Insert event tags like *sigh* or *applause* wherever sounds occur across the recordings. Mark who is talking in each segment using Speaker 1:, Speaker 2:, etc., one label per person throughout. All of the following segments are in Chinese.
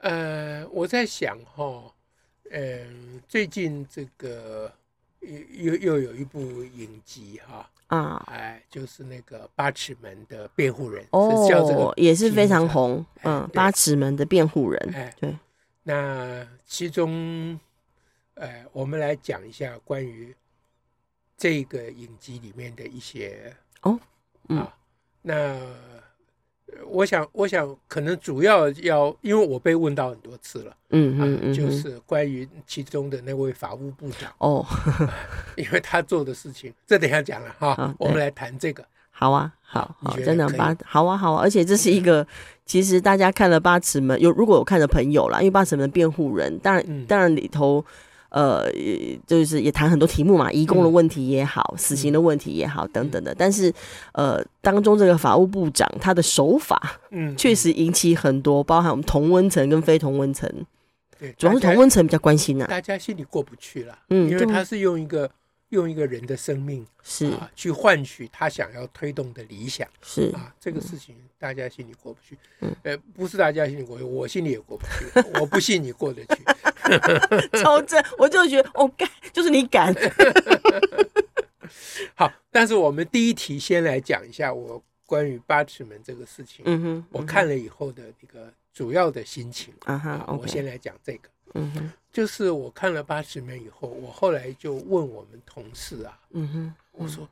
Speaker 1: 呃，我在想哈，嗯、最近这个又又又有一部影集哈，
Speaker 2: 啊、
Speaker 1: 哎，就是那个八尺门的辩护人，是叫这个
Speaker 2: 哦，也是非常
Speaker 1: 名字啊。
Speaker 2: 红，
Speaker 1: 哎
Speaker 2: 嗯，
Speaker 1: 对
Speaker 2: 八尺门的辩护人，
Speaker 1: 哎，
Speaker 2: 对，
Speaker 1: 那其中，呃，我们来讲一下关于这个影集里面的一些
Speaker 2: 哦，嗯
Speaker 1: 啊，那呃我想，我想可能主要要，因为我被问到很多次了，
Speaker 2: 嗯
Speaker 1: 啊
Speaker 2: 嗯嗯，
Speaker 1: 就
Speaker 2: 嗯
Speaker 1: 是关于其中的那位法务部长，
Speaker 2: 哦，
Speaker 1: 因为他做的事情，这等一下讲了哈，
Speaker 2: 啊对
Speaker 1: 我们来谈这个。
Speaker 2: 好啊，好
Speaker 1: 你
Speaker 2: 好，
Speaker 1: 觉得
Speaker 2: 真的
Speaker 1: 可以嗯
Speaker 2: 八好啊，好啊，而且这是一个，其实大家看了八尺门，有如果有看的朋友啦，因为八尺门的辩护人，当然、
Speaker 1: 嗯
Speaker 2: 当然里头。呃，就是也谈很多题目嘛，移工
Speaker 1: 嗯
Speaker 2: 的问题也好，死刑的问题也好，等等的。但是，呃，当中这个法务部长他的手法
Speaker 1: 嗯，
Speaker 2: 确实引起很多，包含我们同温层跟非同温层，
Speaker 1: 哎对，
Speaker 2: 主要是
Speaker 1: 大家
Speaker 2: 同温层比较关心
Speaker 1: *laughs*
Speaker 2: 呐、
Speaker 1: 大家心里过不去了，
Speaker 2: 嗯
Speaker 1: 因为
Speaker 2: 对
Speaker 1: 他是用一个用一个人的生命
Speaker 2: 是
Speaker 1: 啊去换取他想要推动的理想
Speaker 2: 是，
Speaker 1: 啊，这个事情大家心里过不去，
Speaker 2: 嗯
Speaker 1: 呃，不是大家心里过不去，我心里也过不去，我不信你过得去， *laughs*
Speaker 2: 超正，我就觉得哦，干就是你
Speaker 1: *laughs*
Speaker 2: 敢，
Speaker 1: 好，但是我们第一题先来讲一下我关于八尺门这个事情，
Speaker 2: 嗯哼，
Speaker 1: 我
Speaker 2: 嗯
Speaker 1: 看了以后的一个主要的心情
Speaker 2: 啊哈
Speaker 1: 啊，我
Speaker 2: ，OK，
Speaker 1: 先来讲这个，
Speaker 2: 嗯哼，
Speaker 1: 就是我看了八尺门以后，我后来就问我们同事啊，
Speaker 2: 嗯哼，
Speaker 1: 我说，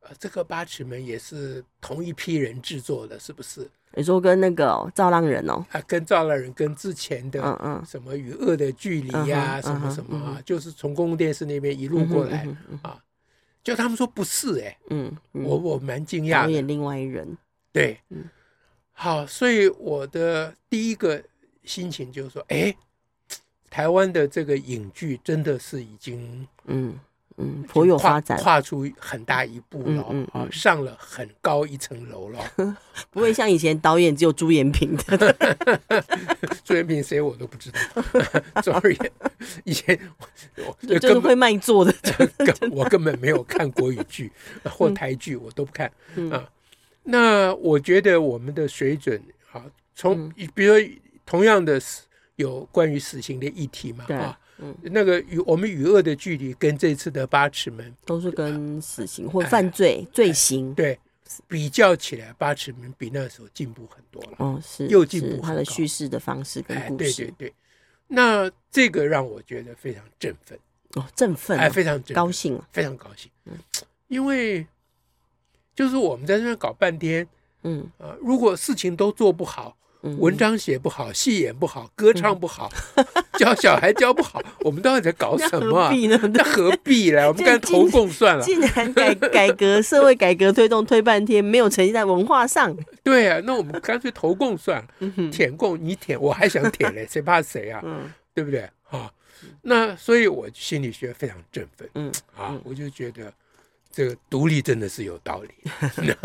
Speaker 1: 呃，这个八尺门也是同一批人制作的，是不是？
Speaker 2: 你说跟那个哦造浪人哦，
Speaker 1: 啊，跟赵浪人跟之前
Speaker 2: 嗯
Speaker 1: 的
Speaker 2: 嗯，
Speaker 1: 什么与恶的距离呀、
Speaker 2: 嗯哼
Speaker 1: 什么
Speaker 2: 嗯哼
Speaker 1: 什么
Speaker 2: 嗯
Speaker 1: 啊，就是从公共电视那边一路过来
Speaker 2: 嗯哼
Speaker 1: 啊，就他们说不是哎、
Speaker 2: 嗯哼，
Speaker 1: 我我蛮惊
Speaker 2: 导
Speaker 1: 讶的，
Speaker 2: 演另外一人，
Speaker 1: 对
Speaker 2: 嗯，
Speaker 1: 好，所以我的第一个心情就是说，哎，台湾的这个影剧真的是已经
Speaker 2: 嗯嗯，颇有
Speaker 1: 跨
Speaker 2: 发展，
Speaker 1: 跨出很大一步了，
Speaker 2: 嗯嗯
Speaker 1: 啊，
Speaker 2: 嗯
Speaker 1: 上了很高一层楼了。
Speaker 2: 不会像以前导演只有朱延平的，
Speaker 1: 朱元平谁我都不知道。 *laughs* 总而言，以前我我
Speaker 2: 就是
Speaker 1: 根
Speaker 2: 会
Speaker 1: 本
Speaker 2: 卖座的， *laughs*
Speaker 1: 根我根本没有看国语剧或台剧，我都不看
Speaker 2: 嗯
Speaker 1: 啊。那我觉得我们的水准啊，
Speaker 2: 嗯
Speaker 1: 从比如说同样的死有关于死刑的议题嘛
Speaker 2: 对
Speaker 1: 啊，
Speaker 2: 嗯，
Speaker 1: 那个与我们与恶的距离跟这次的八尺门
Speaker 2: 都是跟死刑或犯罪罪行，
Speaker 1: 对比较起来，八尺门比那时候进步很多了。
Speaker 2: 哦，是
Speaker 1: 又进步
Speaker 2: 是他
Speaker 1: 很
Speaker 2: 的
Speaker 1: 高
Speaker 2: 叙事的方式跟
Speaker 1: 哎，
Speaker 2: 故
Speaker 1: 对对
Speaker 2: 事，
Speaker 1: 对，那这个让我觉得非常振奋，
Speaker 2: 哦，振奋
Speaker 1: 哎，
Speaker 2: 啊，
Speaker 1: 非常振奋
Speaker 2: 高。兴啊，
Speaker 1: 非常高兴，因为就是我们在那边搞半天
Speaker 2: 嗯
Speaker 1: 啊、呃如果事情都做不好，
Speaker 2: 嗯，
Speaker 1: 文章写不好，戏演不好，歌唱不
Speaker 2: *laughs*
Speaker 1: 好，教小孩教不好，我们到底在搞
Speaker 2: 那
Speaker 1: 什
Speaker 2: *laughs*
Speaker 1: 么
Speaker 2: 何
Speaker 1: 啊？ *laughs*
Speaker 2: 必呢？
Speaker 1: 那何必
Speaker 2: *laughs*
Speaker 1: 呢？我们
Speaker 2: 这
Speaker 1: 干脆投
Speaker 2: 今
Speaker 1: 共算了。
Speaker 2: 竟然改改革社会改革推动推半天，没有呈现在文化上，
Speaker 1: 对啊，那我们干脆投共算了，
Speaker 2: *laughs* 嗯哼，
Speaker 1: 舔共你舔，我还想舔
Speaker 2: *laughs*
Speaker 1: 嘞，谁怕谁啊？
Speaker 2: 嗯
Speaker 1: 对不对？啊，那所以我心理学非常振奋。
Speaker 2: 嗯
Speaker 1: 啊，我就觉得这个独立真的是有道理。 *laughs*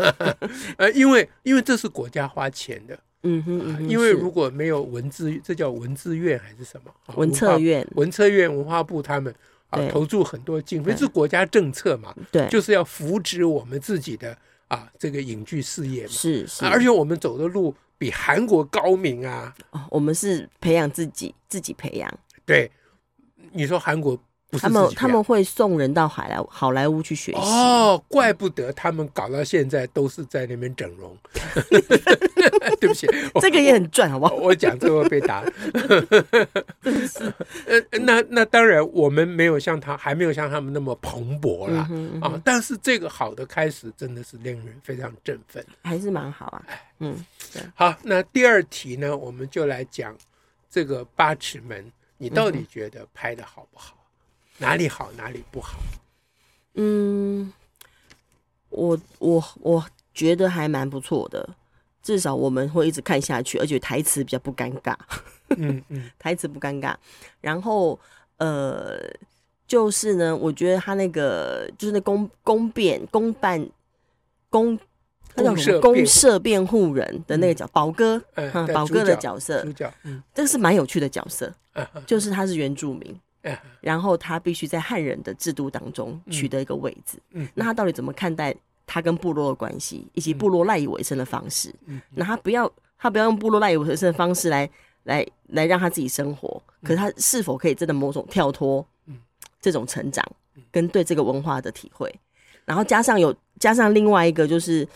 Speaker 1: 呃，因为因为这是国家花钱的，
Speaker 2: 嗯哼嗯
Speaker 1: 啊
Speaker 2: 哼，
Speaker 1: 因为
Speaker 2: 是
Speaker 1: 如果没有文字，这叫文字院还是什么？啊
Speaker 2: 文策、院
Speaker 1: 文化文策院、文化部他们啊
Speaker 2: 对
Speaker 1: 投注很多经费，
Speaker 2: 对
Speaker 1: 是国家政策嘛，
Speaker 2: 对，
Speaker 1: 就是要扶植我们自己的啊这个影剧事业嘛。
Speaker 2: 是是，
Speaker 1: 啊而且我们走的路比韩国高明啊，
Speaker 2: 哦，我们是培养自己，自己培养。
Speaker 1: 对，你说韩国不是
Speaker 2: 他们
Speaker 1: 自己
Speaker 2: 他
Speaker 1: 啊
Speaker 2: 们会送人到好莱好莱坞去学习，
Speaker 1: 哦，怪不得他们搞到现在都是在那边整
Speaker 2: *laughs*
Speaker 1: 容。对不起，我
Speaker 2: 这个也很赚，好不好？
Speaker 1: *laughs* 我讲这个会被
Speaker 2: *laughs*
Speaker 1: 打。呃，那那当然，我们没有像他，还没有像他们那么蓬勃
Speaker 2: 嗯
Speaker 1: 啦。
Speaker 2: 哼，嗯哼
Speaker 1: 啊，但是这个好的开始真的是令人非常振奋。
Speaker 2: 还是蛮好啊。
Speaker 1: 哎
Speaker 2: 嗯，
Speaker 1: 好，那第二题呢，我们就来讲这个八尺门，你到底觉得拍的好不好？哪里好，哪里不好？
Speaker 2: 嗯，我我我觉得还蛮不错的，至少我们会一直看下去，而且台词比较不尴尬。
Speaker 1: 嗯嗯
Speaker 2: *laughs* 台词不尴尬。然后呃，就是呢，我觉得他那个就是那公公辩公办公。他叫
Speaker 1: 公
Speaker 2: 什么
Speaker 1: 社
Speaker 2: 公
Speaker 1: 辩
Speaker 2: 社辩护人的那个角，宝哥，
Speaker 1: 嗯
Speaker 2: 嗯，
Speaker 1: 对
Speaker 2: 宝
Speaker 1: 主
Speaker 2: 哥的
Speaker 1: 角
Speaker 2: 角色嗯
Speaker 1: 主，角，嗯
Speaker 2: 这个是蛮有趣的角色，
Speaker 1: 啊啊
Speaker 2: 就是他是原住民，
Speaker 1: 啊
Speaker 2: 然后他必须在汉人的制度当中取得一个位置。
Speaker 1: 嗯
Speaker 2: 那他到底怎么看待他跟部落的关系，以及
Speaker 1: 嗯
Speaker 2: 部落赖以为生的方式？
Speaker 1: 嗯
Speaker 2: 那他不要他不要用部落赖以为生的方式来来来让他自己生活，可是他是否可以真的某种跳脱
Speaker 1: 嗯
Speaker 2: 这种成长跟对这个文化的体会？然后加上有加上另外一个就是。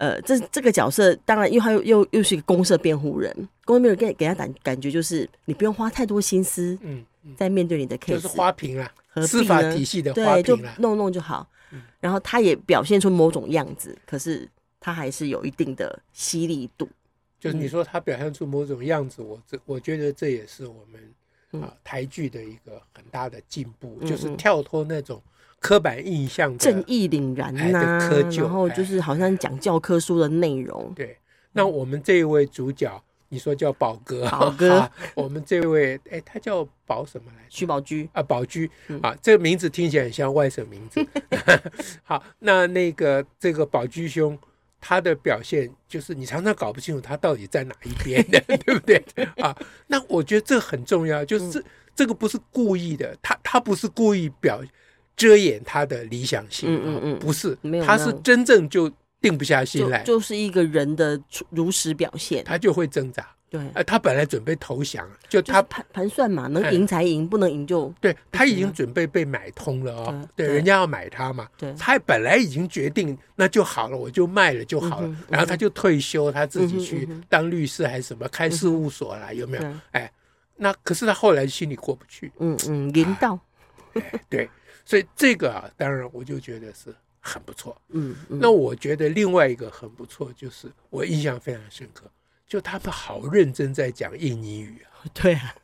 Speaker 2: 呃，这这个角色当然，因为他又又又是一个公社辩护人，公社辩护人给给他感感觉就是你不用花太多心思
Speaker 1: 嗯嗯，
Speaker 2: 在面对你的 case，
Speaker 1: 就是花瓶啦，
Speaker 2: 何必
Speaker 1: 司法
Speaker 2: 呢
Speaker 1: 体系的花
Speaker 2: 对，就
Speaker 1: 瓶啦，
Speaker 2: 弄弄就好
Speaker 1: 嗯。
Speaker 2: 然后他也表现出某种样子，可是他还是有一定的犀利度。
Speaker 1: 啊就是
Speaker 2: 嗯
Speaker 1: 你说他表现出某种样子，我这我觉得这也是我们
Speaker 2: 嗯
Speaker 1: 啊、台剧的一个很大的进步，
Speaker 2: 嗯
Speaker 1: 就是
Speaker 2: 嗯
Speaker 1: 跳脱那种刻板印象的
Speaker 2: 正义凛然呐、
Speaker 1: 哎对窠臼
Speaker 2: 然后就是好像讲教科书的内容，
Speaker 1: 对，那我们这一位主角，你说叫宝哥，
Speaker 2: 宝
Speaker 1: *laughs*
Speaker 2: 哥
Speaker 1: 啊我们这位哎，他叫宝什么来着？
Speaker 2: 徐宝驹
Speaker 1: 啊，宝驹
Speaker 2: 嗯
Speaker 1: 啊，这个名字听起来很像外省名
Speaker 2: *laughs*
Speaker 1: 字。 *laughs* 好，那那个这个宝驹兄，他的表现就是你常常搞不清楚他到底在哪一
Speaker 2: *laughs*
Speaker 1: 边的，对不对？啊，那我觉得这很重要，
Speaker 2: 嗯
Speaker 1: 就是这、这个不是故意的，他他不是故意表遮掩他的理想性，
Speaker 2: 嗯嗯
Speaker 1: 啊
Speaker 2: 嗯
Speaker 1: 不是
Speaker 2: 没有，
Speaker 1: 他
Speaker 2: 那
Speaker 1: 是真正就定不下心
Speaker 2: 就
Speaker 1: 来，
Speaker 2: 就是一个人的出如实表现，
Speaker 1: 他就会挣扎。
Speaker 2: 对，
Speaker 1: 啊，他本来准备投降，啊就
Speaker 2: 就是
Speaker 1: 他
Speaker 2: 盘盘算嘛，
Speaker 1: 哎
Speaker 2: 能赢才赢，不能赢就
Speaker 1: 对他已
Speaker 2: 行
Speaker 1: 经
Speaker 2: 啊
Speaker 1: 准备被买通了哦，
Speaker 2: 对
Speaker 1: 对，
Speaker 2: 嗯对
Speaker 1: 人家要买他嘛，
Speaker 2: 对
Speaker 1: 他本来已经决定那就好了，我就卖了就好了
Speaker 2: 嗯哼，
Speaker 1: 然后他就退休，他自
Speaker 2: 嗯
Speaker 1: 己
Speaker 2: 哼
Speaker 1: 去
Speaker 2: 嗯哼嗯
Speaker 1: 当律师还是什么，开事务所啦，有没
Speaker 2: 对
Speaker 1: 有？，哎，那可是他后来心里过不去，
Speaker 2: 嗯嗯，赢
Speaker 1: 啊
Speaker 2: 到，
Speaker 1: 对，所以这个啊，当然我就觉得是很不错。
Speaker 2: 嗯嗯，
Speaker 1: 那我觉得另外一个很不错，就是我印象非常深刻，就他们好认真在讲印尼语啊，
Speaker 2: 对啊，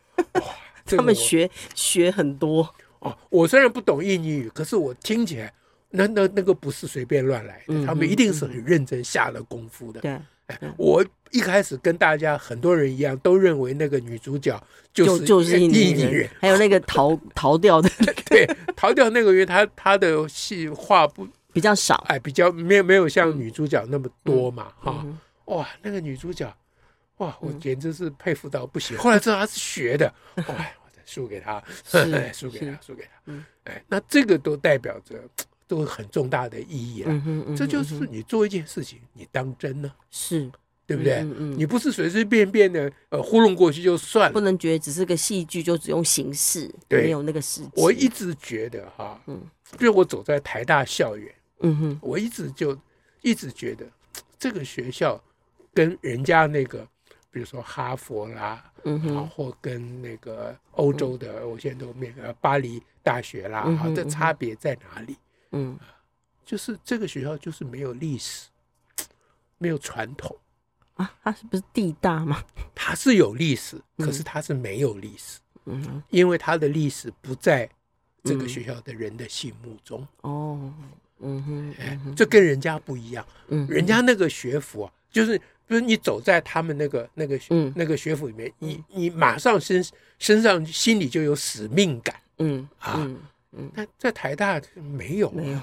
Speaker 2: *laughs* 他
Speaker 1: 这个
Speaker 2: 们
Speaker 1: 我
Speaker 2: 学学很多，
Speaker 1: 哦，我虽然不懂印尼语，可是我听起来，那那那个不是随便乱来的，
Speaker 2: 嗯
Speaker 1: 他们一定是很认真下了功夫的。
Speaker 2: 对，
Speaker 1: 哎我一开始跟大家很多人一样，都认为那个女主角
Speaker 2: 就是就是印尼
Speaker 1: 尼
Speaker 2: 人，还有那个逃逃掉的 *laughs*
Speaker 1: 对，逃掉那个月，她她的戏话不
Speaker 2: 比较少，
Speaker 1: 哎比较没有没有像女主角那么多嘛哈、啊
Speaker 2: 嗯哼
Speaker 1: 哇，那个女主角哇，我简直是佩服到不行。后来知道她是学的， *laughs* 哇，我真输给她。 *laughs* 哎
Speaker 2: 是
Speaker 1: 输给
Speaker 2: 是
Speaker 1: 他，输给他。
Speaker 2: 嗯
Speaker 1: 哎，那这个都代表着都很重大的意义了。
Speaker 2: 嗯哼嗯哼，
Speaker 1: 这就
Speaker 2: 嗯
Speaker 1: 是
Speaker 2: 哼
Speaker 1: 你做一件事情，你当真呢、
Speaker 2: 是，
Speaker 1: 对不对？
Speaker 2: 嗯嗯
Speaker 1: 你不是随随便便的呃糊弄过去就算
Speaker 2: 不
Speaker 1: 了。
Speaker 2: 能觉得只是个戏剧，就只用形式，
Speaker 1: 对
Speaker 2: 没有那个实际。
Speaker 1: 我一直觉得哈，
Speaker 2: 嗯
Speaker 1: 比如我走在台大校园，
Speaker 2: 嗯哼，
Speaker 1: 我一直就一直觉得这个学校跟人家那个，比如说哈佛啦，
Speaker 2: 嗯
Speaker 1: 啊，
Speaker 2: 哼，
Speaker 1: 或跟那个欧洲的，我现在都面呃巴黎大学啦，
Speaker 2: 嗯
Speaker 1: 啊，
Speaker 2: 哼
Speaker 1: 这
Speaker 2: 嗯哼
Speaker 1: 差别在哪里？
Speaker 2: 嗯
Speaker 1: 就是这个学校就是没有历史，没有传统，
Speaker 2: 啊，它是不是地大吗？
Speaker 1: 它是有历史，
Speaker 2: 嗯
Speaker 1: 可是它是没有历史，
Speaker 2: 嗯
Speaker 1: 因为它的历史不在这个学校的人的心目中，
Speaker 2: 哦，嗯哼，
Speaker 1: 哎
Speaker 2: 嗯哼，
Speaker 1: 这跟人家不一样，
Speaker 2: 嗯
Speaker 1: 人家那个学府啊，就是。就是你走在他们那个那个学、
Speaker 2: 嗯
Speaker 1: 那个学府里面，你你马上身身上心里就有使命感。
Speaker 2: 嗯
Speaker 1: 啊
Speaker 2: 嗯，
Speaker 1: 但在台大没有啊，
Speaker 2: 没有，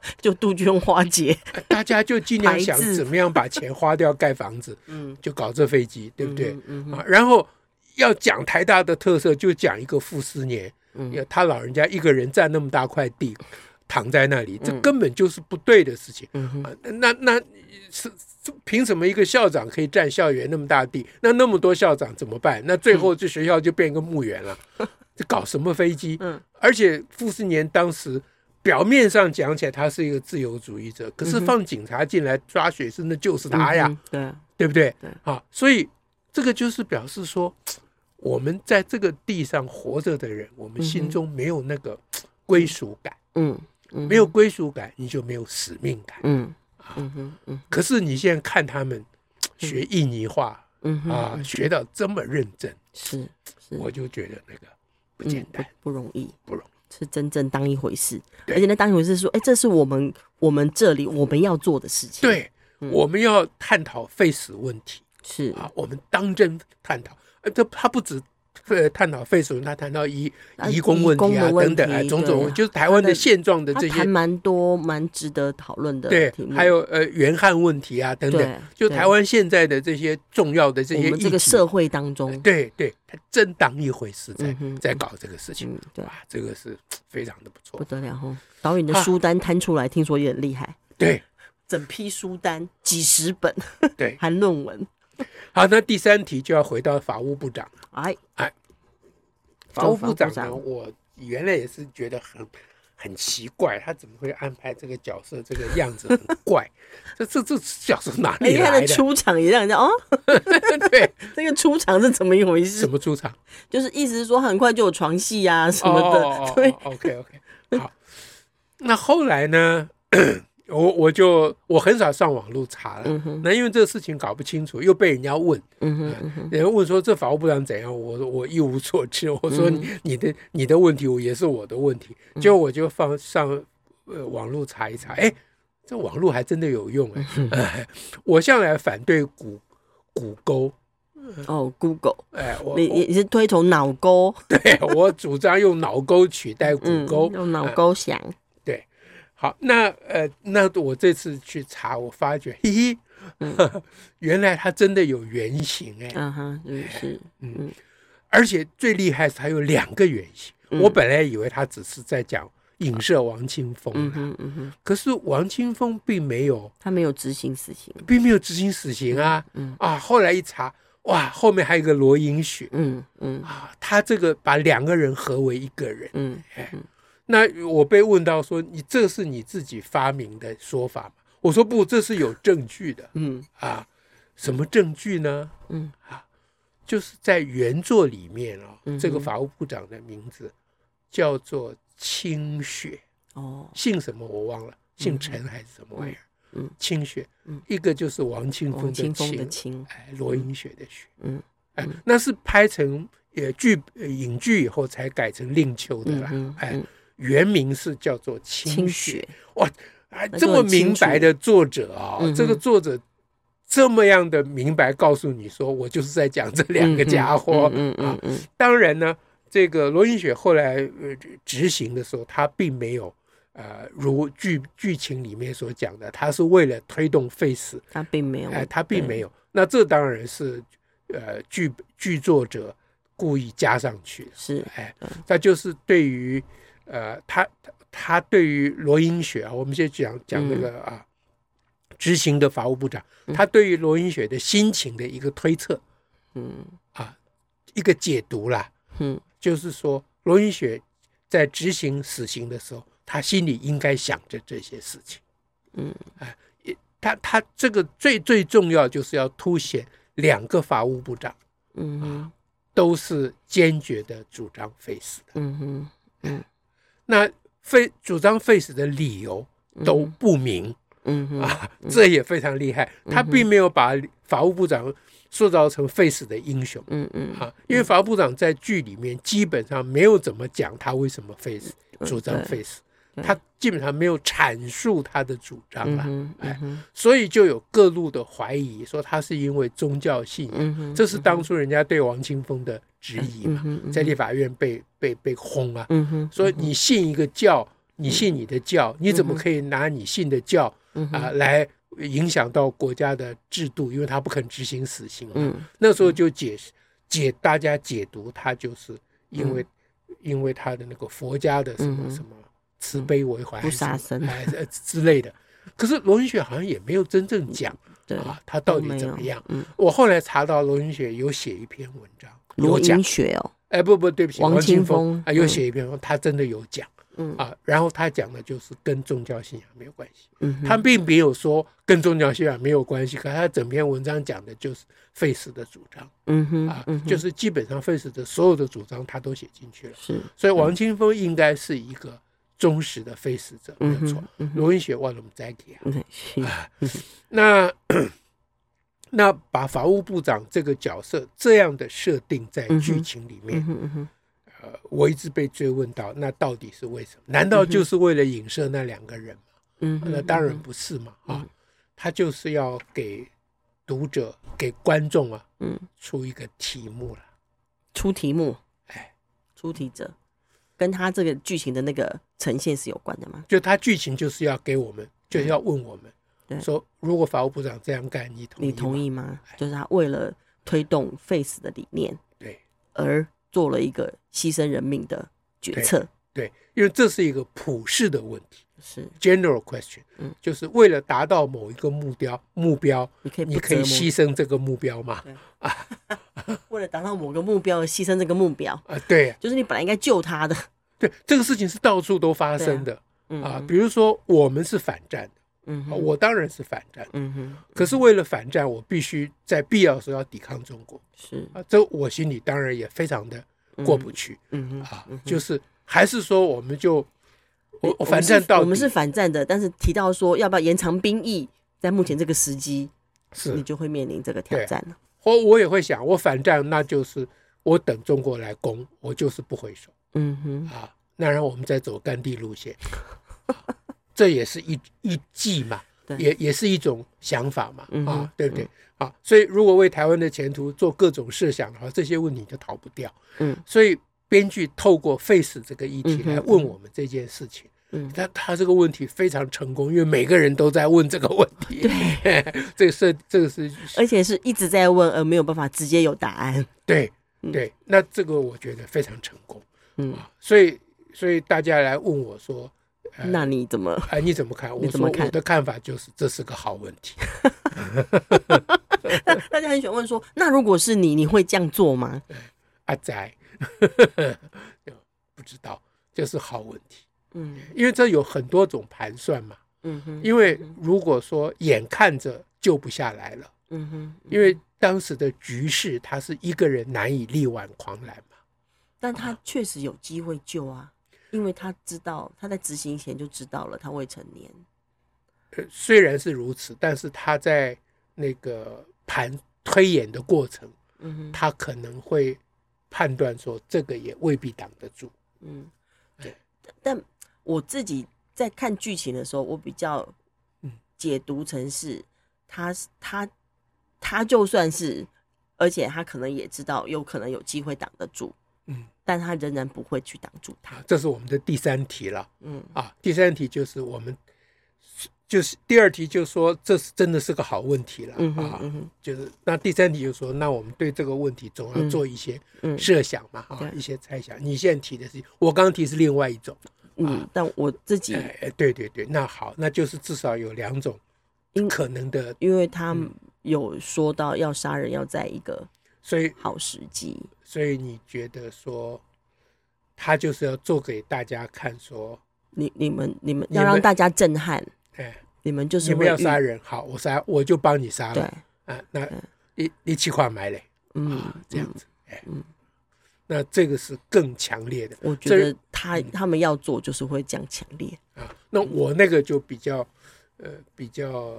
Speaker 2: *laughs* 就杜鹃花节，
Speaker 1: 大家就
Speaker 2: *laughs*
Speaker 1: 尽量想
Speaker 2: 排字
Speaker 1: 怎么样把钱花掉盖房子，
Speaker 2: 嗯，
Speaker 1: 就搞这飞机，对不对？
Speaker 2: 嗯哼？
Speaker 1: 啊，然后要讲台大的特色，就讲一个傅斯年，
Speaker 2: 嗯
Speaker 1: 要他老人家一个人占那么大块地，躺在那里，这
Speaker 2: 嗯
Speaker 1: 根本就是不对的事情
Speaker 2: 嗯哼，
Speaker 1: 啊！那那是是凭什么一个校长可以占校园那么大地？那那么多校长怎么办？那
Speaker 2: 嗯
Speaker 1: 最后这学校就变一个墓园了，这搞什么飞机？
Speaker 2: *laughs* 嗯，
Speaker 1: 而且傅斯年当时。表面上讲起来他是一个自由主义者，可是
Speaker 2: 嗯哼
Speaker 1: 放警察进来抓学生的就是他呀。
Speaker 2: 嗯哼，对，
Speaker 1: 对不对
Speaker 2: 对？
Speaker 1: 啊，所以这个就是表示说，我们在这个地上活着的人，我们
Speaker 2: 嗯
Speaker 1: 心
Speaker 2: 哼
Speaker 1: 中没有那个归属感，
Speaker 2: 嗯嗯，
Speaker 1: 没有，归属感，你就没有使命感。
Speaker 2: 嗯嗯哼嗯
Speaker 1: 可是你现在看他们学印尼话
Speaker 2: 嗯哼
Speaker 1: 啊，学到这么认真，
Speaker 2: 是是，
Speaker 1: 我就觉得那个不
Speaker 2: 嗯
Speaker 1: 简单。
Speaker 2: 不不容易，
Speaker 1: 不容
Speaker 2: 易，是真正当一回事，
Speaker 1: 对
Speaker 2: 而且那当一回事是说，哎、这是我们我们这里我们要做的事情，，
Speaker 1: 对，
Speaker 2: 嗯
Speaker 1: 我们要探讨 face 问题
Speaker 2: 是，
Speaker 1: 啊，我们当真探讨，呃这他不止呃探讨废除，他谈到移
Speaker 2: 啊
Speaker 1: 移工问题
Speaker 2: 移工
Speaker 1: 啊
Speaker 2: 的问
Speaker 1: 等等啊，
Speaker 2: 题
Speaker 1: 种
Speaker 2: 对
Speaker 1: 种
Speaker 2: 啊
Speaker 1: 就是台湾
Speaker 2: 他
Speaker 1: 的
Speaker 2: 的
Speaker 1: 现状的
Speaker 2: 他
Speaker 1: 这些
Speaker 2: 谈蛮多蛮值得讨论的
Speaker 1: 对
Speaker 2: 题，目，
Speaker 1: 还有呃原汉问题啊等等，
Speaker 2: 对，
Speaker 1: 就
Speaker 2: 对
Speaker 1: 台湾现在的这些重要的这
Speaker 2: 我
Speaker 1: 些
Speaker 2: 们这
Speaker 1: 议
Speaker 2: 个
Speaker 1: 题，
Speaker 2: 社会当中，
Speaker 1: 对对，他真当一回事在
Speaker 2: 嗯哼，
Speaker 1: 在搞这个事情，
Speaker 2: 嗯，对，
Speaker 1: 哇，这个是非常的不
Speaker 2: 不
Speaker 1: 错，
Speaker 2: 得了哦！导演的
Speaker 1: 啊
Speaker 2: 书单摊出来，听说也很厉害，
Speaker 1: 对
Speaker 2: 整批书单几十本， *laughs*
Speaker 1: 对。
Speaker 2: 含论文，
Speaker 1: 好，那第三题就要回到法务部长。
Speaker 2: 哎，
Speaker 1: 法务部
Speaker 2: 做法务
Speaker 1: 长
Speaker 2: 部
Speaker 1: 呢，
Speaker 2: 长
Speaker 1: 我原来也是觉得很很奇怪，他怎么会安排这个角色这个样
Speaker 2: *laughs*
Speaker 1: 子，很怪。这这这角色哪
Speaker 2: 因
Speaker 1: 里
Speaker 2: 为哎他
Speaker 1: 来
Speaker 2: 的
Speaker 1: 的？
Speaker 2: 出场也让人家哦，
Speaker 1: *laughs*
Speaker 2: *laughs*
Speaker 1: 对，
Speaker 2: 这个出场是怎么一回
Speaker 1: 什
Speaker 2: 事？
Speaker 1: 么出场？
Speaker 2: 就是意思是说很快就有床戏啊什么的，
Speaker 1: 哦
Speaker 2: 对，
Speaker 1: ，OK OK，好。那后来呢？我我就我很少上网路查了，
Speaker 2: 嗯哼，
Speaker 1: 那因为这个事情搞不清楚，又被人家问，
Speaker 2: 嗯哼，嗯哼，
Speaker 1: 人家问说这法务部长怎样，我我一无所知。我说
Speaker 2: 嗯
Speaker 1: 你的你的问题，我也是我的问题。结果我就放上呃网络查一查，哎，这网络还真的有用哎、
Speaker 2: 嗯
Speaker 1: 哎 *laughs* 我向来反对股股沟，
Speaker 2: 哦，Google，
Speaker 1: 哎，我
Speaker 2: 你你是推崇脑沟，
Speaker 1: 对 *laughs* 我主张用脑沟取代股
Speaker 2: 嗯
Speaker 1: 沟。，哎
Speaker 2: 用脑沟想，
Speaker 1: 好，那呃，那我这次去查，我发觉，嘿嘿，呵呵 *laughs* 原来它真的有原型哎、
Speaker 2: 嗯哼，就是，
Speaker 1: 而且最厉害是它有两个原型。
Speaker 2: 嗯
Speaker 1: 我本来以为他只是在讲影射王清风，啊
Speaker 2: 嗯哼，嗯哼，
Speaker 1: 可是王清风并没有，
Speaker 2: 他没有执行死刑，
Speaker 1: 并没有执行死刑啊。
Speaker 2: 嗯
Speaker 1: 啊，后来一查，哇，后面还有一个罗英雪
Speaker 2: 嗯嗯
Speaker 1: 啊，他这个把两个人合为一个人。哎
Speaker 2: 嗯，
Speaker 1: 那我被问到说，你这是你自己发明的说法吗？我说不，这是有证据的
Speaker 2: 嗯
Speaker 1: 啊。什么证据呢？
Speaker 2: 嗯
Speaker 1: 啊，就是在原作里面啊、
Speaker 2: 嗯哼
Speaker 1: 这个法务部长的名字叫做清雪。
Speaker 2: 哦，
Speaker 1: 姓什么我忘了，姓陈还是什么玩意儿？
Speaker 2: 嗯嗯
Speaker 1: 清雪，
Speaker 2: 嗯
Speaker 1: 一个就是王清
Speaker 2: 王
Speaker 1: 风的
Speaker 2: 清风哦的
Speaker 1: 清，
Speaker 2: 清，
Speaker 1: 哎，罗英雪的雪，
Speaker 2: 嗯，
Speaker 1: 哎，那是拍成呃剧呃影剧以后才改成令秋的
Speaker 2: 嗯
Speaker 1: 啦，
Speaker 2: 嗯
Speaker 1: 哎
Speaker 2: 嗯，，
Speaker 1: 原名是叫做
Speaker 2: 清
Speaker 1: 清雪，
Speaker 2: 雪，
Speaker 1: 哎，
Speaker 2: 那
Speaker 1: 这
Speaker 2: 就
Speaker 1: 么
Speaker 2: 很清
Speaker 1: 明白
Speaker 2: 楚
Speaker 1: 的作者啊、
Speaker 2: 嗯哼
Speaker 1: 这个作者。这么样的明白告诉你说，我就是在讲这两个家伙。啊
Speaker 2: 嗯嗯嗯
Speaker 1: 当然呢，这个罗云雪后来呃执执行的时候，她并没有呃如剧剧情里面所讲的，她是为了推动 face，
Speaker 2: 他并没有，
Speaker 1: 哎、她并
Speaker 2: 对
Speaker 1: 没有。那这当然是呃剧剧作者故意加上去的，
Speaker 2: 是，
Speaker 1: 哎，那就是对于呃他他对于罗英雪啊，我们先讲讲那个啊。执行的法务部长，他对于罗英雪的心情的一个推测、
Speaker 2: 嗯
Speaker 1: 啊，一个解读啦，
Speaker 2: 嗯
Speaker 1: 就是说罗云雪在执行死刑的时候，她心里应该想着这些事情。
Speaker 2: 嗯，
Speaker 1: 哎，也她她这个最最重要就是要凸显两个法务部长
Speaker 2: 嗯哼
Speaker 1: 啊都是坚决的主张废死的。
Speaker 2: 嗯哼
Speaker 1: 那废主张废死的理由都不明、
Speaker 2: 嗯哼
Speaker 1: 啊，这也非常厉害。他并没有把法务部长塑造成废死的英雄。
Speaker 2: 嗯嗯，
Speaker 1: 啊，因为法务部长在剧里面基本上没有怎么讲他为什么 face 主张
Speaker 2: 嗯对
Speaker 1: face，
Speaker 2: 对
Speaker 1: 他基本上没有阐述他的主张
Speaker 2: 嗯
Speaker 1: 啦，
Speaker 2: 哼嗯哼
Speaker 1: 所以就有各路的怀疑，说他是因为宗教信仰，
Speaker 2: 嗯哼，
Speaker 1: 这是当初人家对王清风的质疑
Speaker 2: 嗯
Speaker 1: 嘛，
Speaker 2: 哼
Speaker 1: 在立法院被被被轰啊，
Speaker 2: 嗯哼嗯
Speaker 1: 说你信一个教，你信你的教，你怎么可以拿你信的教
Speaker 2: 嗯
Speaker 1: 啊、来影响到国家的制度？因为他不肯执行死刑啊嘛。
Speaker 2: 嗯
Speaker 1: 那时候就解释解大家解读他就是因为、因为他的那个佛家的什么、
Speaker 2: 嗯
Speaker 1: 什么慈悲为怀
Speaker 2: 不杀生
Speaker 1: 还啊是什么哎呃之类的。可是罗云雪好像也没有真正讲
Speaker 2: 嗯对，
Speaker 1: 啊，他到底怎么样？
Speaker 2: 嗯，
Speaker 1: 我后来查到罗云雪有写一篇文章，有
Speaker 2: 罗
Speaker 1: 讲
Speaker 2: 英，雪哦，
Speaker 1: 哎，不不，对不起，
Speaker 2: 王
Speaker 1: 王
Speaker 2: 清
Speaker 1: 清风
Speaker 2: 风
Speaker 1: 啊，有
Speaker 2: 嗯
Speaker 1: 写一篇，他真的有讲
Speaker 2: 嗯
Speaker 1: 啊。然后他讲的就是跟宗教信仰没有关系，
Speaker 2: 嗯哼
Speaker 1: 他并没有说跟宗教信仰没有关系，可他整篇文章讲的就是费斯的主张。
Speaker 2: 嗯哼
Speaker 1: 啊
Speaker 2: 嗯，哼
Speaker 1: 就是基本上 Face 的所有的主张他都写进去了，
Speaker 2: 是，
Speaker 1: 所以王清风应该是一个忠实的 Face 者，没
Speaker 2: 嗯
Speaker 1: 有错
Speaker 2: 哼。嗯哼
Speaker 1: 罗云雪忘了我们再提啊，
Speaker 2: 嗯是，
Speaker 1: 那那把法务部长这个角色这样的设定在
Speaker 2: 嗯哼
Speaker 1: 剧情里面
Speaker 2: 嗯，哼嗯哼
Speaker 1: 呃，我一直被追问到，那到底是为什么？难道就是为了影射那两个人吗？
Speaker 2: 嗯哼，嗯
Speaker 1: 那当然不是嘛，啊，他就是要给读者、给观众啊
Speaker 2: 嗯
Speaker 1: 出一个题目了。
Speaker 2: 出题目，
Speaker 1: 哎
Speaker 2: 出题者跟他这个剧情的那个呈现是有关的吗？
Speaker 1: 就他剧情就是要给我们，就是要问我们，
Speaker 2: 嗯对
Speaker 1: 说如果法务部长这样干，你同意？
Speaker 2: 你同？意吗？哎就是他为了推动 Face 的理念
Speaker 1: 对
Speaker 2: 而做了一个牺牲人命的决
Speaker 1: 对
Speaker 2: 策，
Speaker 1: 对，因为这是一个普世的问题
Speaker 2: 是
Speaker 1: ，general question，
Speaker 2: 嗯
Speaker 1: 就是为了达到某一个目标目标，
Speaker 2: 你可以
Speaker 1: 你
Speaker 2: 不
Speaker 1: 可
Speaker 2: 折
Speaker 1: 以
Speaker 2: 磨，
Speaker 1: 牺牲这个目标吗？
Speaker 2: 为了达到某个目标而牺牲这个目标，
Speaker 1: 啊，对
Speaker 2: 就是你本来应该救他的，
Speaker 1: 对，这个事情是到处都发生的
Speaker 2: 嗯
Speaker 1: 啊。
Speaker 2: 哼
Speaker 1: 比如说，我们是反战的，
Speaker 2: 嗯
Speaker 1: 啊
Speaker 2: 哼，
Speaker 1: 我当然是反战的，
Speaker 2: 嗯哼，
Speaker 1: 可是为了反战，我必须在必要的时候要抵抗中国
Speaker 2: 是
Speaker 1: 啊，这我心里当然也非常的过不去。
Speaker 2: 嗯哼
Speaker 1: 啊
Speaker 2: 嗯，哼
Speaker 1: 就是还是说我们就我我
Speaker 2: 们
Speaker 1: 反
Speaker 2: 是
Speaker 1: 战到
Speaker 2: 我们
Speaker 1: 底
Speaker 2: 是反战的，但是提到说要不要延长兵役，在目前这个时机，你
Speaker 1: 是，
Speaker 2: 就会面临这个挑
Speaker 1: 对
Speaker 2: 战了。
Speaker 1: 或我也会想，我反战那就是我等中国来攻，我就是不回手
Speaker 2: 嗯哼，
Speaker 1: 啊， *laughs* 那然后我们再走甘地路线， *laughs* 啊这也是一一计嘛
Speaker 2: 对，
Speaker 1: 也也是一种想法嘛
Speaker 2: 嗯哼
Speaker 1: 啊，对不对？啊，所以如果为台湾的前途做各种设想的话，这些问题就逃不掉。
Speaker 2: 嗯，
Speaker 1: 所以编剧透过 face 这个议题
Speaker 2: 嗯哼
Speaker 1: 来问我们这件事情。
Speaker 2: 嗯，
Speaker 1: 他他这个问题非常成功，因为每个人都在问这个问题。对， *laughs* 这个是这个是
Speaker 2: 而且是一直在问，而没有办法直接有答案。
Speaker 1: 对
Speaker 2: 嗯
Speaker 1: 对，那这个我觉得非常成功
Speaker 2: 嗯，
Speaker 1: 啊。所以所以大家来问我说，呃
Speaker 2: 那你怎么？ *laughs*
Speaker 1: 哎你怎么看？我
Speaker 2: 你怎么
Speaker 1: 说我
Speaker 2: 看
Speaker 1: 的看法就是这是个好问题。
Speaker 2: 那大家很喜欢问说，那如果是你，你会这样做吗？
Speaker 1: 阿宅就 *laughs* 不知道，就是好问题，
Speaker 2: 嗯
Speaker 1: 因为这有很多种盘算嘛。
Speaker 2: 嗯哼，
Speaker 1: 因为如果说眼看着救不下来了。
Speaker 2: 嗯哼，
Speaker 1: 因为当时的局势，他是一个人难以力挽狂澜嘛。
Speaker 2: 但他确实有机会救啊，因为他知道他在执行前就知道了他未成年。
Speaker 1: 呃虽然是如此，但是他在那个盘推演的过程，
Speaker 2: 嗯哼。
Speaker 1: 他可能会判断说这个也未必挡得住。
Speaker 2: 嗯，
Speaker 1: 对
Speaker 2: 但但我自己在看剧情的时候，我比较
Speaker 1: 嗯
Speaker 2: 解读成是他是他他就算是，而且他可能也知道有可能有机会挡得住，
Speaker 1: 嗯，
Speaker 2: 但他仍然不会去挡住他。
Speaker 1: 啊，这是我们的第三题了
Speaker 2: 嗯
Speaker 1: 啊。第三题就是我们就是第二题就说这是真的是个好问题了
Speaker 2: 嗯哼
Speaker 1: 啊。
Speaker 2: 嗯哼
Speaker 1: 就是那第三题就说，那我们对这个问题总要
Speaker 2: 嗯
Speaker 1: 做一些
Speaker 2: 嗯
Speaker 1: 设想嘛，啊
Speaker 2: 对，
Speaker 1: 一些猜想。你现在提的是，我刚刚提是另外一种。
Speaker 2: 嗯，但我自己
Speaker 1: 哎，哎啊对对对，那好，那就是至少有两种
Speaker 2: 因
Speaker 1: 可能的，
Speaker 2: 因为他
Speaker 1: 嗯
Speaker 2: 有说到要杀人要在一个
Speaker 1: 所以
Speaker 2: 好时机，
Speaker 1: 所以你觉得说，他就是要做给大家看说，
Speaker 2: 你你们你们
Speaker 1: 你
Speaker 2: 要让
Speaker 1: 们
Speaker 2: 大家震撼，
Speaker 1: 哎，
Speaker 2: 你们就
Speaker 1: 你
Speaker 2: 是
Speaker 1: 们
Speaker 2: 会
Speaker 1: 要
Speaker 2: 遇
Speaker 1: 杀人，好，我杀我就帮你杀
Speaker 2: 对
Speaker 1: 了，啊，那
Speaker 2: 对
Speaker 1: 一一起块买嘞，
Speaker 2: 嗯
Speaker 1: 啊，这样子，哎
Speaker 2: 嗯，
Speaker 1: 那这个是更强烈的
Speaker 2: 我觉
Speaker 1: 这嗯
Speaker 2: 得他他们要做就是会这样强烈，
Speaker 1: 啊，那我那个就比较，呃，比较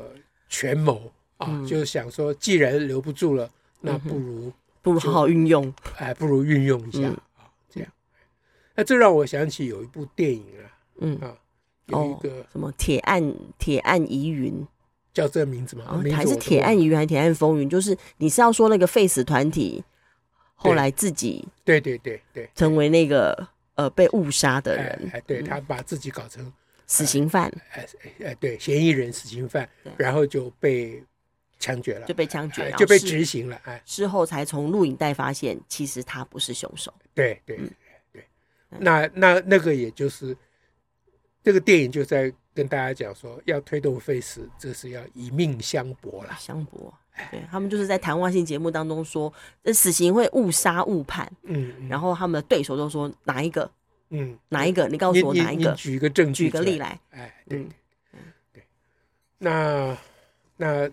Speaker 1: 权谋啊，
Speaker 2: 嗯
Speaker 1: 就是想说，既然留不住了，那不如。
Speaker 2: 不如
Speaker 1: 就
Speaker 2: 好好运用。
Speaker 1: 哎，不如运用一下
Speaker 2: 嗯
Speaker 1: 啊，这样。那这让我想起有一部电影啊，
Speaker 2: 嗯，
Speaker 1: 啊，有一个
Speaker 2: 什么铁案铁案疑云，
Speaker 1: 叫这个名字
Speaker 2: 好
Speaker 1: 嘛，
Speaker 2: 像
Speaker 1: 名字
Speaker 2: 还是
Speaker 1: 我都
Speaker 2: 哦铁案
Speaker 1: 忘了
Speaker 2: 疑云还是铁案风云？就是你是要说那个 Face 团体后来自己
Speaker 1: 对对对对，
Speaker 2: 成为那个呃被误杀的
Speaker 1: 哎
Speaker 2: 人，
Speaker 1: 哎，对他把自己搞成
Speaker 2: 死刑犯
Speaker 1: 哎哎对嫌疑人、死刑犯
Speaker 2: 对，
Speaker 1: 然后就被枪决了，
Speaker 2: 就被枪决，
Speaker 1: 哎
Speaker 2: 然后
Speaker 1: 就被
Speaker 2: 事
Speaker 1: 执行了，哎，
Speaker 2: 事后才从录影带发现，其实他不是凶手。
Speaker 1: 对对
Speaker 2: 嗯
Speaker 1: 对，那那那个也就是这个电影就在跟大家讲说，要推动 face，这是要以命相搏啦，
Speaker 2: 香博，对他们就是在谈话性节目当中说，呃死刑会误杀误判，
Speaker 1: 嗯，嗯
Speaker 2: 然后他们的对手都说哪一个
Speaker 1: 嗯，
Speaker 2: 哪一个，你告诉我
Speaker 1: 你
Speaker 2: 哪一
Speaker 1: 你你
Speaker 2: 个，
Speaker 1: 举个证据，
Speaker 2: 举个例。来。
Speaker 1: 哎，对
Speaker 2: 嗯，
Speaker 1: 那那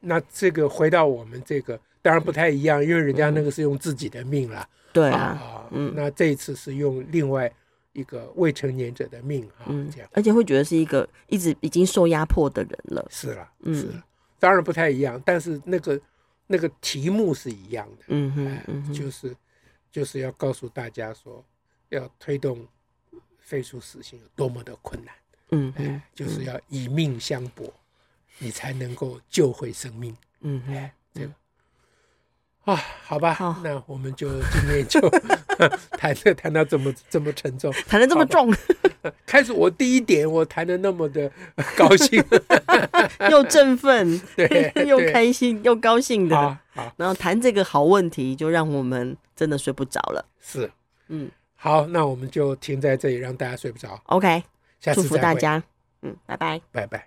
Speaker 1: 那这个回到我们这个，当然不太一样，因为人家那个是用自己的命啦，
Speaker 2: 嗯对啊，
Speaker 1: 啊，
Speaker 2: 嗯
Speaker 1: 那这一次是用另外一个未成年者的命啊，
Speaker 2: 嗯
Speaker 1: 这样，
Speaker 2: 而且会觉得是一个一直已经受压迫的人了。
Speaker 1: 是了，
Speaker 2: 嗯
Speaker 1: 是了，当然不太一样，但是那个那个题目是一样的，
Speaker 2: 嗯哼
Speaker 1: 哎，
Speaker 2: 嗯，哼，
Speaker 1: 就是就是要告诉大家说，要推动废除死刑有多么的困难，
Speaker 2: 嗯
Speaker 1: 哎
Speaker 2: 哼，，
Speaker 1: 就是要以命相搏，你才能够救回生命。
Speaker 2: 嗯哼
Speaker 1: 哎，这个啊，好吧，
Speaker 2: 好
Speaker 1: 那我们就今天就 *laughs* 谈这谈到这么这么沉重。
Speaker 2: 谈的这么重， *laughs*
Speaker 1: 开始我第一点我谈的那么的高
Speaker 2: *laughs*
Speaker 1: 兴，
Speaker 2: 又振奋，
Speaker 1: *laughs* 对
Speaker 2: *laughs* 又
Speaker 1: 对
Speaker 2: 开心，又高兴的。
Speaker 1: 好好
Speaker 2: 然后谈这个好问题，就让我们真的睡不着了。
Speaker 1: 是
Speaker 2: 嗯
Speaker 1: 好，那我们就停在这里，让大家睡不着。
Speaker 2: ，OK，
Speaker 1: 下
Speaker 2: 祝
Speaker 1: 次
Speaker 2: 福
Speaker 1: 再
Speaker 2: 大
Speaker 1: 会，
Speaker 2: 家，嗯，拜拜。
Speaker 1: 拜拜。